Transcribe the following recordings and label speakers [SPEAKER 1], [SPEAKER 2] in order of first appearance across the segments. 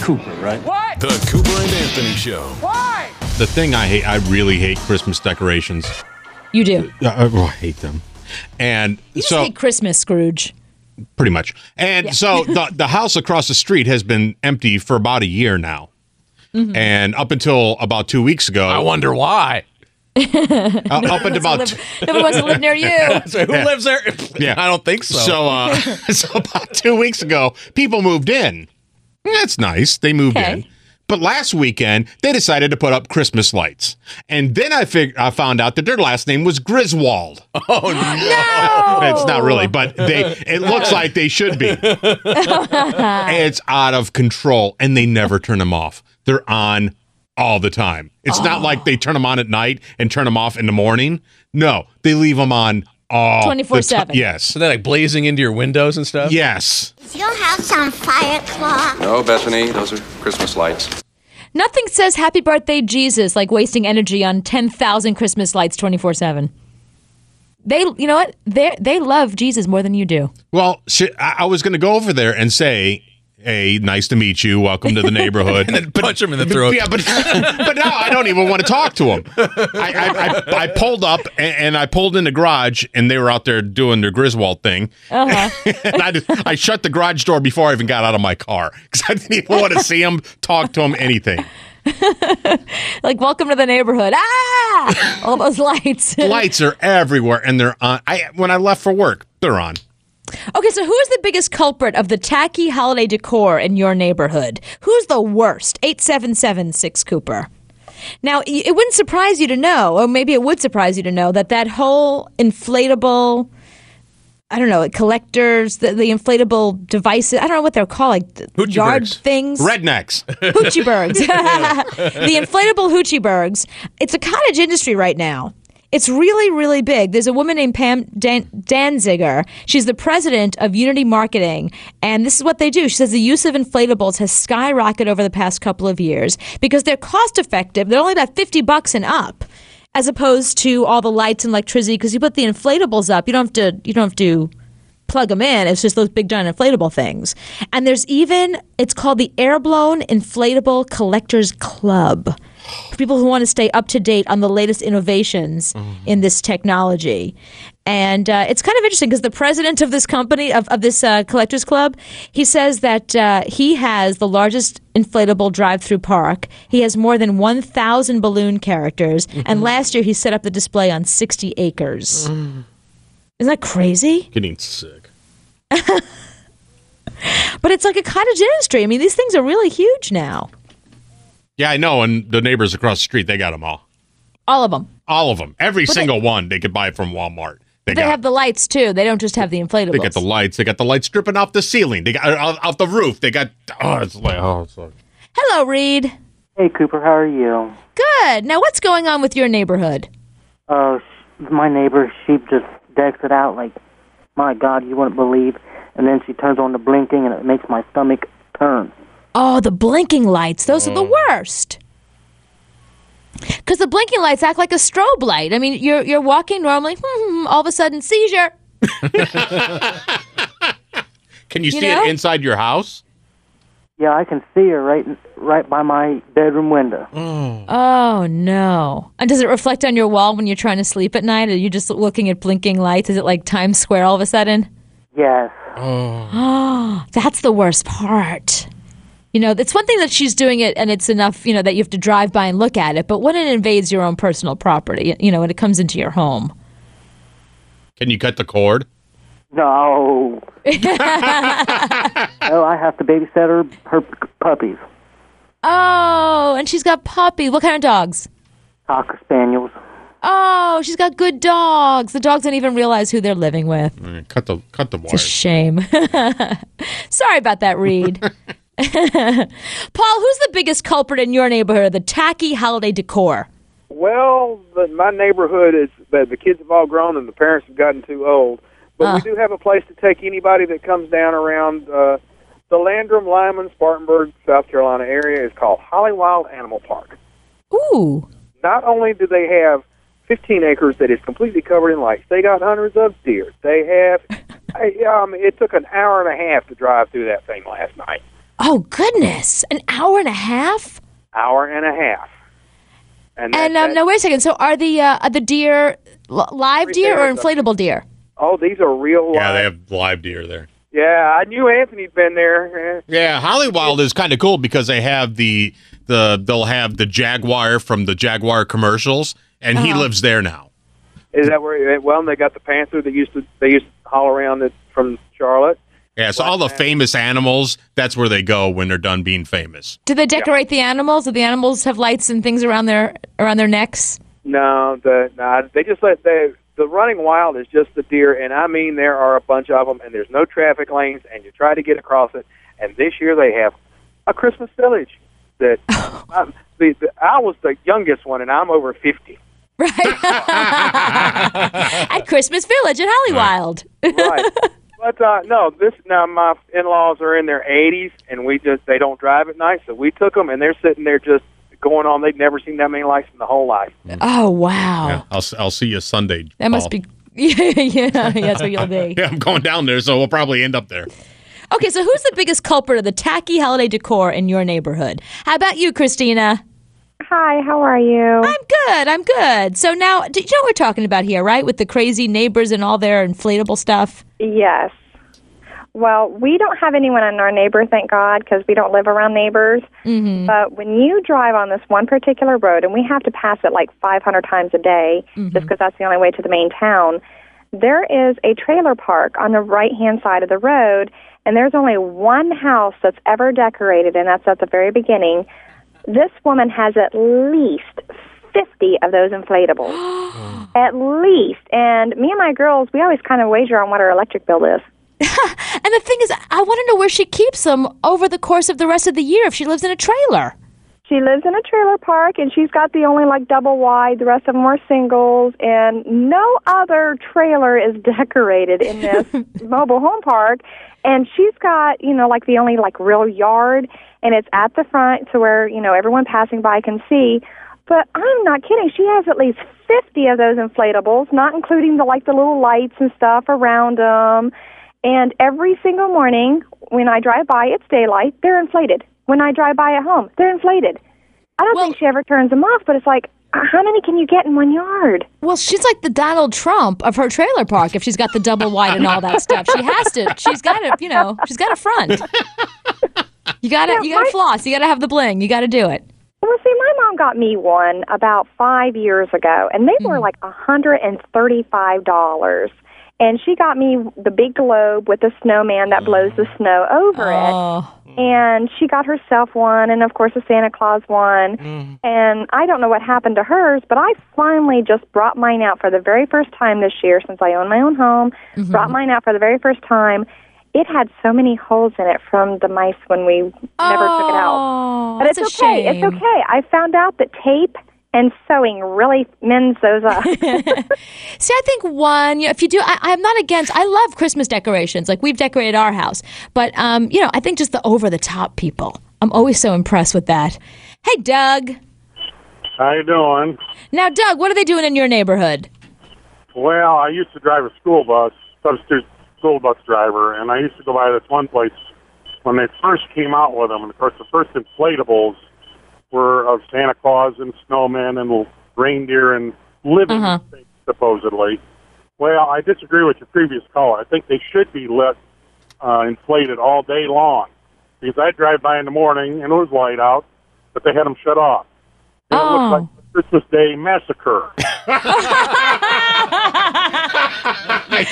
[SPEAKER 1] Cooper, right?
[SPEAKER 2] What?
[SPEAKER 3] The Cooper and Anthony Show.
[SPEAKER 2] Why?
[SPEAKER 4] The thing I hate, I really hate Christmas decorations.
[SPEAKER 5] You do.
[SPEAKER 4] Uh, I, oh, I hate them. And
[SPEAKER 5] You just
[SPEAKER 4] so,
[SPEAKER 5] hate Christmas, Scrooge.
[SPEAKER 4] pretty much. And so, the, the house across the street has been empty for about a year now.
[SPEAKER 5] Mm-hmm.
[SPEAKER 4] And up until about two weeks ago,
[SPEAKER 6] I wonder why.
[SPEAKER 4] uh, up until about
[SPEAKER 5] Live, nobody wants to live near you.
[SPEAKER 6] So who lives there?
[SPEAKER 4] Yeah.
[SPEAKER 6] I don't think so.
[SPEAKER 4] So, uh, so about two weeks ago, people moved in. That's nice. They moved
[SPEAKER 5] Okay.
[SPEAKER 4] in. But last weekend, they decided to put up Christmas lights. And then I fig- I found out that their last name was Griswold.
[SPEAKER 5] No.
[SPEAKER 4] It's not really, but they it looks like they should be. it's out of control, and they never turn them off. They're on all the time. It's not like they turn them on at night and turn them off in the morning. No, they leave them on all the ti-
[SPEAKER 5] 24/7.
[SPEAKER 4] Yes.
[SPEAKER 6] so they're like blazing into your windows and stuff.
[SPEAKER 4] Yes.
[SPEAKER 7] Is your house on fire, Claw?
[SPEAKER 8] No, Oh, Bethany, those are Christmas lights.
[SPEAKER 5] Nothing says happy birthday, Jesus, like wasting energy on 10,000 Christmas lights 24 7. They, you know what? They they love Jesus more than you do.
[SPEAKER 4] Well, sh- I-, I was going to go over there and say, "Hey, nice to meet you. Welcome to the neighborhood."
[SPEAKER 6] Punch him in the throat.
[SPEAKER 4] Yeah, but but now I don't even want to talk to him. I, I, I, I pulled up and, and I pulled in the garage, and they were out there doing their Griswold thing. and I, just, I shut the garage door before I even got out of my car because I didn't even want to see him, talk to him, anything.
[SPEAKER 5] Like, welcome to the neighborhood. Ah! All those lights.
[SPEAKER 4] Lights are everywhere, and they're on. I when I left for work, they're on.
[SPEAKER 5] okay, so who is the biggest culprit of the tacky holiday decor in your neighborhood? Who's the worst? 8776 Cooper. Now, y- it wouldn't surprise you to know, or maybe it would surprise you to know, that that whole inflatable, I don't know, collectors, the, the inflatable devices, I don't know what they're called, like th-
[SPEAKER 6] Hoochie
[SPEAKER 5] yard
[SPEAKER 6] birds.
[SPEAKER 5] things.
[SPEAKER 4] Rednecks.
[SPEAKER 5] Hoochie Bergs. the inflatable Hoochie Bergs. It's a cottage industry right now. It's really, really big. There's a woman named Pam Dan- Danziger. She's the president of Unity Marketing, and this is what they do. She says the use of inflatables has skyrocketed over the past couple of years because they're cost effective. They're only about 50 bucks and up. As opposed to all the lights and electricity, because you put the inflatables up, you don't have to. You don't have to plug them in. It's just those big giant inflatable things. And there's even it's called the Airblown Inflatable Collectors Club. For people who want to stay up to date on the latest innovations in this technology. And uh, it's kind of interesting because the president of this company, of, of this uh, collectors club, he says that uh, he has the largest inflatable drive through park. He has more than 1,000 balloon characters. And last year he set up the display on 60 acres. Isn't that crazy?
[SPEAKER 4] Getting sick.
[SPEAKER 5] But it's like a cottage industry. I mean, these things are really huge now.
[SPEAKER 4] Yeah, I know. And the neighbors across the street, they got them all.
[SPEAKER 5] All of them.
[SPEAKER 4] All of them. Every single one they could buy from Walmart. They,
[SPEAKER 5] They
[SPEAKER 4] got
[SPEAKER 5] have the lights too. They don't just have the inflatables.
[SPEAKER 4] They got the lights. They got the lights dripping off the ceiling. They got uh, off, off the roof. They got oh, it's like oh, it's like
[SPEAKER 5] Hello, Reed.
[SPEAKER 9] Hey, Cooper, how are you?
[SPEAKER 5] Good. Now, what's going on with your neighborhood?
[SPEAKER 9] Oh, sh- my neighbor, she just decks it out like, my God, you wouldn't believe. And then she turns on the blinking, and it makes my stomach turn.
[SPEAKER 5] Oh, the blinking lights. Those are the
[SPEAKER 4] Oh.
[SPEAKER 5] worst. Because the blinking lights act like a strobe light. I mean, you're you're walking normally, hmm, all of a sudden seizure.
[SPEAKER 4] Can you,
[SPEAKER 5] You
[SPEAKER 4] see
[SPEAKER 5] know?
[SPEAKER 4] it inside your house?
[SPEAKER 9] Yeah, I can see her right, right by my bedroom window.
[SPEAKER 5] Oh no! And does it reflect on your wall when you're trying to sleep at night? Are you just looking at blinking lights? Is it like Times Square all of a sudden?
[SPEAKER 9] Yes.
[SPEAKER 5] That's the worst part. You know, it's one thing that she's doing it and it's enough, you know, that you have to drive by and look at it, but when it invades your own personal property, you know, when it comes into your home.
[SPEAKER 4] Can you cut the cord?
[SPEAKER 9] No. no, I have to babysit her, her p- puppies,
[SPEAKER 5] Oh, and she's got puppy. What kind of dogs?
[SPEAKER 9] cocker spaniels.
[SPEAKER 5] Oh, she's got good dogs. The dogs don't even realize who they're living with. It's
[SPEAKER 4] Mm, Cut the cut the
[SPEAKER 5] a
[SPEAKER 4] wires.
[SPEAKER 5] shame. Sorry about that, Reed. Paul, who's the biggest culprit in your neighborhood of the tacky holiday decor?
[SPEAKER 10] Well, the, my neighborhood is that the kids have all grown and the parents have gotten too old. But
[SPEAKER 6] Ah.
[SPEAKER 10] we do have a place to take anybody that comes down around uh, the Landrum, Lyman, Spartanburg, South Carolina area. is called Holly Wild Animal Park.
[SPEAKER 5] Ooh.
[SPEAKER 10] Not only do they have 15 acres that is completely covered in lights, they got hundreds of deer. They have. I, um, it took an hour and a half to drive through that thing last night.
[SPEAKER 5] Oh goodness, an hour and a half.
[SPEAKER 10] hour and a half. that-
[SPEAKER 5] And um,
[SPEAKER 10] that-
[SPEAKER 5] now wait a second. So are the uh, are the deer li- live deer or inflatable deer?
[SPEAKER 10] oh, these are real.
[SPEAKER 4] Yeah,
[SPEAKER 10] live-
[SPEAKER 4] they have live deer there.
[SPEAKER 10] yeah. I knew Anthony'd been there. Eh,
[SPEAKER 4] Yeah, Hollywild is kind of cool because they have the the they'll have the jaguar from the jaguar commercials, and he
[SPEAKER 5] Uh-huh.
[SPEAKER 4] lives there now.
[SPEAKER 10] Is that where? eh, Well, and they got the panther that used to they used to haul around it from Charlotte.
[SPEAKER 4] Yeah, so all the famous animals, that's where they go when they're done being famous.
[SPEAKER 5] Do they decorate the animals? Do the animals have lights and things around their around their necks?
[SPEAKER 10] No, the no, they just let they. The running wild is just the deer, and I mean there are a bunch of them, and there's no traffic lanes, and you try to get across it. And this year they have a Christmas village. That um, the, the, I was the youngest one, and I'm over fifty.
[SPEAKER 5] At Christmas Village at Hollywild.
[SPEAKER 10] right. But uh, no, this now my in-laws are in their 80s, and we just they don't drive at night, so we took them, and they're sitting there just going on. They've never seen that many lights in the whole life.
[SPEAKER 5] Oh wow,
[SPEAKER 4] Yeah, I'll s- I'll see you Sunday.
[SPEAKER 5] that must
[SPEAKER 4] Paul.
[SPEAKER 5] be. Yeah, yeah, that's where you'll be.
[SPEAKER 4] Yeah, I'm going down there, so we'll probably end up there.
[SPEAKER 5] Okay, so who's the biggest culprit of the tacky holiday decor in your neighborhood? How about you, Christina?
[SPEAKER 1] Hi, how are you?
[SPEAKER 5] I'm good. I'm good. So now, do you know what we're talking about here, right? With the crazy neighbors and all their inflatable stuff.
[SPEAKER 1] Yes. Well, we don't have anyone in our neighbor, thank God, because we don't live around neighbors. Mm-hmm. But when you drive on this one particular road, and we have to pass it like 500 times a day, just 'cause just because that's the only way to the main town, there is a trailer park on the right hand side of the road, and there's only one house that's ever decorated, and that's at the very beginning. This woman has at least 50 of those inflatables. At least. And me and my girls, we always kind of wager on what our electric bill is.
[SPEAKER 5] And the thing is, I want to know where she keeps them over the course of the rest of the year if she lives in a trailer.
[SPEAKER 1] She lives in a trailer park and she's got the only like double wide. The rest of them are singles. And no other trailer is decorated in this mobile home park. And she's got, you know, like the only like real yard. And it's at the front to where, you know, everyone passing by can see. But I'm not kidding. She has at least 50 of those inflatables, not including the like the little lights and stuff around them. And every single morning when I drive by, it's daylight, they're inflated. When I drive by at home, they're inflated. I don't
[SPEAKER 5] Well-
[SPEAKER 1] think she ever turns them off, but it's like, uh, how many can you get in one yard?
[SPEAKER 5] Well, she's like the Donald Trump of her trailer park if she's got the double wide and all that stuff. She has to. She's got to, you know, she's got a front. You got to you got to floss. You got to have the bling. You got to do it.
[SPEAKER 1] Well, see, my mom got me one about five years ago, and they were like a $135. And she got me the big globe with the snowman that blows the snow over it.
[SPEAKER 5] Oh.
[SPEAKER 1] and she got herself one and of course a santa claus one and i don't know what happened to hers but i finally just brought mine out for the very first time this year since i own my own home brought mine out for the very first time it had so many holes in it from the mice when we never took it out
[SPEAKER 5] Oh,
[SPEAKER 1] but
[SPEAKER 5] that's
[SPEAKER 1] it's
[SPEAKER 5] a
[SPEAKER 1] okay
[SPEAKER 5] shame.
[SPEAKER 1] it's okay i found out that tape and sewing really mends those up
[SPEAKER 5] See, I think one, you know, if you do, I, I'm not against, I love Christmas decorations. Like we've decorated our house. But, um, you know, I think just the over the top people. I'm always so impressed with that. Hey, Doug.
[SPEAKER 2] How you doing?
[SPEAKER 5] Now, Doug, what are they doing in your neighborhood?
[SPEAKER 2] Well, I used to drive a school bus, substitute school bus driver, and I used to go by this one place when they first came out with them. And of course, the first inflatables were of Santa Claus and snowmen and reindeer and living
[SPEAKER 5] Uh-huh.
[SPEAKER 2] things, supposedly. Well, I disagree with your previous caller. I think they should be lit, uh, inflated all day long. Because I drive by in the morning and it was light out, but they had them shut off. And It
[SPEAKER 5] Oh.
[SPEAKER 2] looked like a Christmas Day massacre.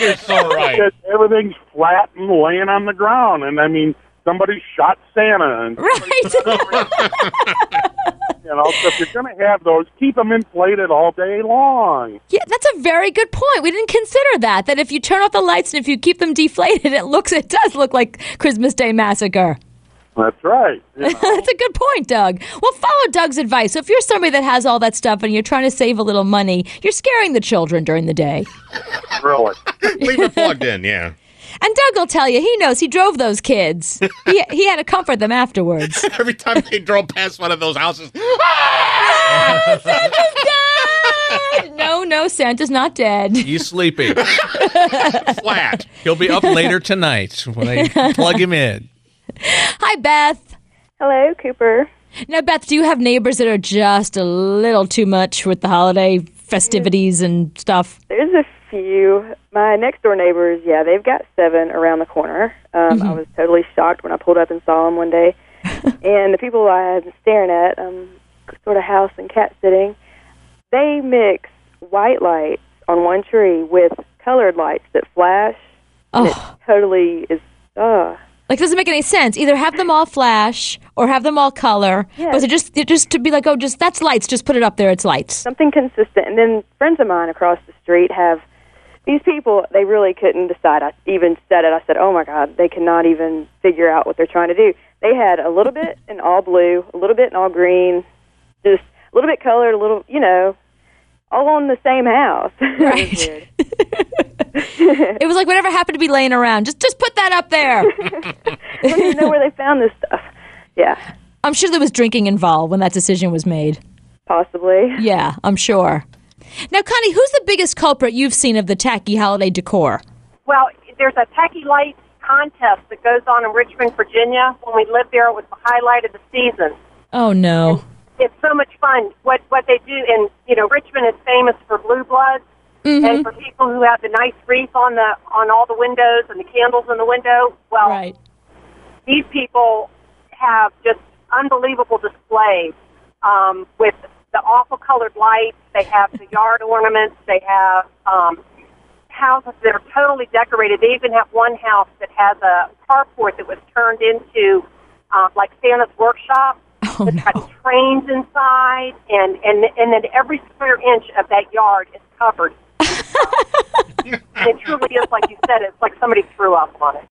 [SPEAKER 4] You're so right.
[SPEAKER 2] just everything's flat and laying on the ground. And I mean, somebody shot Santa, and
[SPEAKER 5] Right.
[SPEAKER 2] you know, so if you're going to have those, keep them inflated all day long.
[SPEAKER 5] yeah, that's a very good point. We didn't consider that. That if you turn off the lights and if you keep them deflated, it looks, it does look like Christmas Day Massacre.
[SPEAKER 2] That's right. You know,
[SPEAKER 5] That's a good point, Doug. Well, follow Doug's advice. So if you're somebody that has all that stuff and you're trying to save a little money, you're scaring the children during the day.
[SPEAKER 2] really.
[SPEAKER 4] Leave it plugged in, yeah.
[SPEAKER 5] And Doug will tell you he knows he drove those kids. he, he had to comfort them afterwards.
[SPEAKER 4] Every time they drove past one of those houses,
[SPEAKER 5] no, no, Santa's not dead.
[SPEAKER 6] You sleepy.
[SPEAKER 4] flat.
[SPEAKER 6] He'll be up later tonight when they plug him in.
[SPEAKER 5] Hi, Beth.
[SPEAKER 1] Hello, Cooper.
[SPEAKER 5] Now, Beth, do you have neighbors that are just a little too much with the holiday festivities and stuff?
[SPEAKER 1] There's a few. My next door neighbors, yeah, they've got seven around the corner. Um, I
[SPEAKER 5] Mhm.
[SPEAKER 1] was totally shocked when I pulled up and saw them one day. and the people I had been staring at, um, sort of house and cat sitting, they mix white lights on one tree with colored lights that flash. And it totally is, uh,
[SPEAKER 5] Like, doesn't make any sense. Either have them all flash or have them all color, but they're just they're just to be like, oh, just that's lights. Just put it up there. It's lights.
[SPEAKER 1] something consistent. And then friends of mine across the street have these people. They really couldn't decide. I even said it. I said, "Oh my God, they cannot even figure out what they're trying to do." They had a little bit in all blue, a little bit in all green, just a little bit colored, a little, you know, all on the same house. Right.
[SPEAKER 5] it was like whatever happened to be laying around. Just just put that up there.
[SPEAKER 1] I don't even know where they found this stuff. Yeah,
[SPEAKER 5] I'm sure there was drinking involved when that decision was made.
[SPEAKER 1] possibly.
[SPEAKER 5] Yeah, I'm sure. Now, Connie, who's the biggest culprit you've seen of the tacky holiday decor?
[SPEAKER 11] Well, there's a tacky lights contest that goes on in Richmond, Virginia. When we lived there, it was the highlight of the season.
[SPEAKER 5] Oh no.
[SPEAKER 11] It's so much fun. What what they do in you know Richmond is famous for blue bloods
[SPEAKER 5] Mhm.
[SPEAKER 11] and for people who have the nice wreath on the on all the windows and the candles in the window. Well,
[SPEAKER 5] right.
[SPEAKER 11] these people have just unbelievable displays um, with the awful colored lights. They have the yard ornaments. They have um, houses that are totally decorated. They even have one house that has a carport that was turned into uh, like Santa's workshop.
[SPEAKER 5] Oh,
[SPEAKER 11] it's got trains inside, and and and then every square inch of that yard is covered. it truly is, like you said, it's like somebody threw up on it.